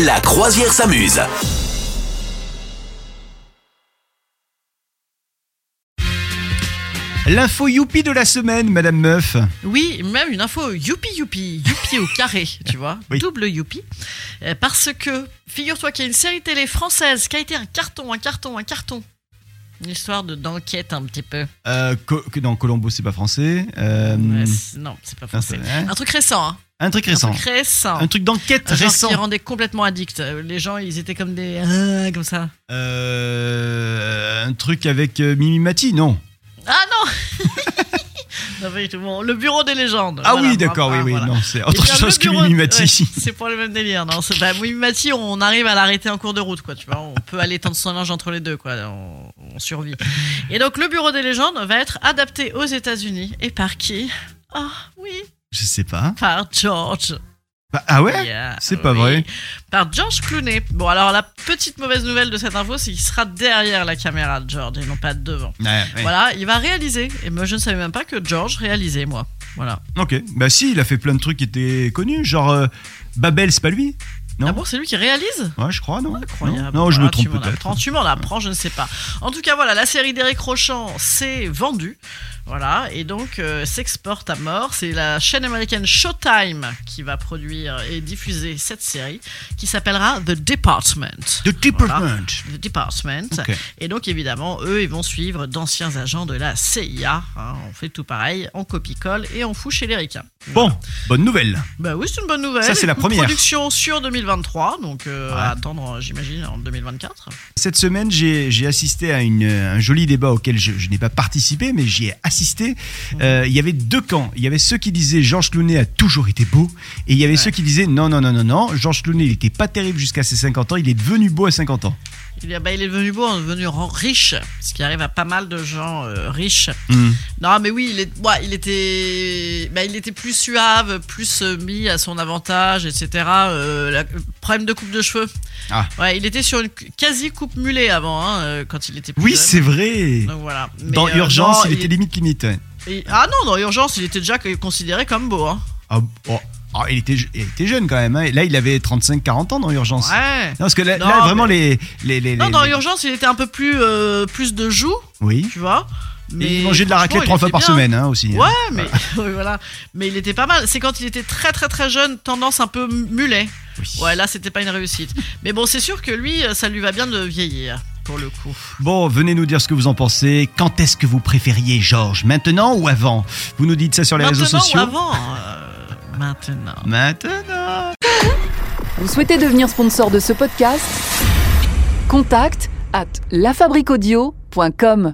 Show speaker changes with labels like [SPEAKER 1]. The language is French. [SPEAKER 1] La croisière s'amuse.
[SPEAKER 2] L'info youpi de la semaine, Madame Meuf.
[SPEAKER 3] Oui, même une info youpi youpi, youpi au carré, tu vois,
[SPEAKER 2] Oui.
[SPEAKER 3] double youpi. Euh, Parce que, figure-toi qu'il y a une série télé française qui a été un carton, un carton, un carton. Une histoire de- d'enquête un petit peu.
[SPEAKER 2] Euh, Co- que- non, Colombo, c'est pas français. Euh,
[SPEAKER 3] Ouais, c'est- non, c'est pas
[SPEAKER 2] non,
[SPEAKER 3] français.
[SPEAKER 2] c'est- hein
[SPEAKER 3] Un truc récent, hein.
[SPEAKER 2] un truc
[SPEAKER 3] Un
[SPEAKER 2] récent.
[SPEAKER 3] truc récent.
[SPEAKER 2] Un truc d'enquête
[SPEAKER 3] Un genre
[SPEAKER 2] récent.
[SPEAKER 3] qui rendait complètement addict. Euh, Les gens, ils étaient comme des. euh, comme ça.
[SPEAKER 2] Euh, un truc avec euh, Mimi Mati, non.
[SPEAKER 3] Ah non Non, mais tout le monde- Le bureau des légendes.
[SPEAKER 2] Ah
[SPEAKER 3] Voilà,
[SPEAKER 2] oui, d'accord, oui,
[SPEAKER 3] voilà,
[SPEAKER 2] oui.
[SPEAKER 3] voilà.
[SPEAKER 2] Non, c'est
[SPEAKER 3] Eh
[SPEAKER 2] autre
[SPEAKER 3] bien,
[SPEAKER 2] chose
[SPEAKER 3] le
[SPEAKER 2] que
[SPEAKER 3] bureau-
[SPEAKER 2] Mimi Mati.
[SPEAKER 3] ouais, c'est pour le même délire, non c'est- bah, Mimi Mati, on arrive à l'arrêter en cours de route, quoi. Tu vois, on peut aller tendre son linge entre les deux, quoi. On, on survit. Et donc, le Bureau des légendes va être adapté aux États-Unis. Et par qui Ah oui,
[SPEAKER 2] Je sais pas.
[SPEAKER 3] par George.
[SPEAKER 2] Bah, ah ouais
[SPEAKER 3] Yeah,
[SPEAKER 2] C'est pas
[SPEAKER 3] oui.
[SPEAKER 2] vrai.
[SPEAKER 3] Par George Clooney. Bon, alors la petite mauvaise nouvelle de cette info, c'est qu'il sera derrière la caméra de George et non pas devant.
[SPEAKER 2] Ouais, ouais.
[SPEAKER 3] Voilà, il va réaliser. Et moi, je ne savais même pas que George réalisait, moi. Voilà.
[SPEAKER 2] Ok. Bah si, il a fait plein de trucs qui étaient connus, genre euh, Babel, c'est pas lui Non.
[SPEAKER 3] Ah bon, c'est lui qui réalise
[SPEAKER 2] Ouais, je crois, non
[SPEAKER 3] Incroyable.
[SPEAKER 2] Non, non, je me
[SPEAKER 3] Voilà,
[SPEAKER 2] trompe
[SPEAKER 3] tu m'en apprends,
[SPEAKER 2] peut-être.
[SPEAKER 3] Tu m'en apprends, je ne sais pas. En tout cas, voilà, la série d'Eric Rochant s'est vendue. Voilà, et donc euh, s'exporte à mort. C'est la chaîne américaine Showtime qui va produire et diffuser cette série qui s'appellera The Department.
[SPEAKER 2] The Department.
[SPEAKER 3] The Department.
[SPEAKER 2] Ok.
[SPEAKER 3] Et donc, évidemment, eux, ils vont suivre d'anciens agents de la CIA. hein. on fait tout pareil, on copie-colle et on fout chez les ricains.
[SPEAKER 2] Bon, bonne nouvelle.
[SPEAKER 3] Bah oui, c'est une bonne nouvelle.
[SPEAKER 2] Ça, c'est la
[SPEAKER 3] Une
[SPEAKER 2] première.
[SPEAKER 3] Production sur 2023, donc euh,
[SPEAKER 2] Ouais.
[SPEAKER 3] à attendre, j'imagine, en 2024.
[SPEAKER 2] Cette semaine, j'ai j'ai assisté à une, euh, un joli débat auquel je, je n'ai pas participé, mais j'y ai assisté.
[SPEAKER 3] Mhm.
[SPEAKER 2] Euh, il y avait deux camps. Il y avait ceux qui disaient Georges Clooney a toujours été beau, et il y avait
[SPEAKER 3] Ouais.
[SPEAKER 2] ceux qui disaient non, non, non, non, non, Georges Clooney il n'était pas terrible jusqu'à ses 50 ans, il est devenu beau à 50 ans.
[SPEAKER 3] Il, est- bah, il est devenu beau, il est devenu ren- riche, ce qui arrive à pas mal de gens euh, riches. Non, mais oui, il, est, ouais, il était, bah, il était plus suave, plus euh, mis à son avantage, etc. Euh, la- le problème de coupe de cheveux.
[SPEAKER 2] Ah.
[SPEAKER 3] Ouais, il était sur une quasi coupe mulet avant, hein, euh, quand il était. Plus
[SPEAKER 2] Oui,
[SPEAKER 3] jeune.
[SPEAKER 2] c'est vrai.
[SPEAKER 3] Donc voilà. Mais,
[SPEAKER 2] Dans
[SPEAKER 3] euh,
[SPEAKER 2] Urgence,
[SPEAKER 3] non,
[SPEAKER 2] il était limite limite. ouais.
[SPEAKER 3] il- Ah non, dans urgence, il était déjà considéré comme beau. Hein.
[SPEAKER 2] Ah, oh, ah, il, était, je- il était jeune quand même. hein. Là, il avait 35-40 ans dans Urgence.
[SPEAKER 3] Ouais.
[SPEAKER 2] Non, parce que là,
[SPEAKER 3] Non,
[SPEAKER 2] là,
[SPEAKER 3] mais-
[SPEAKER 2] vraiment, les, les, les-
[SPEAKER 3] Non,
[SPEAKER 2] les-
[SPEAKER 3] dans
[SPEAKER 2] les-
[SPEAKER 3] l'urgence, il était un peu plus, euh, plus de joues,
[SPEAKER 2] Oui.
[SPEAKER 3] tu vois.
[SPEAKER 2] Et il mangeait de la raclette
[SPEAKER 3] franchement,
[SPEAKER 2] trois
[SPEAKER 3] il
[SPEAKER 2] fois
[SPEAKER 3] était
[SPEAKER 2] par
[SPEAKER 3] bien.
[SPEAKER 2] semaine hein, aussi.
[SPEAKER 3] Ouais, mais oui, voilà. Mais il était pas mal. C'est quand il était très très très jeune, tendance un peu mulet.
[SPEAKER 2] Oui.
[SPEAKER 3] Ouais, là c'était pas une réussite. mais bon, c'est sûr que lui, ça lui va bien de vieillir pour le coup.
[SPEAKER 2] Bon, venez nous dire ce que vous en pensez. Quand est-ce que vous préfériez Georges Maintenant ou avant Vous nous dites ça sur les
[SPEAKER 3] Maintenant
[SPEAKER 2] réseaux sociaux.
[SPEAKER 3] ou avant Euh, Maintenant.
[SPEAKER 2] Maintenant.
[SPEAKER 4] Vous souhaitez devenir sponsor de ce podcast Contact à lafabriquaudio.com.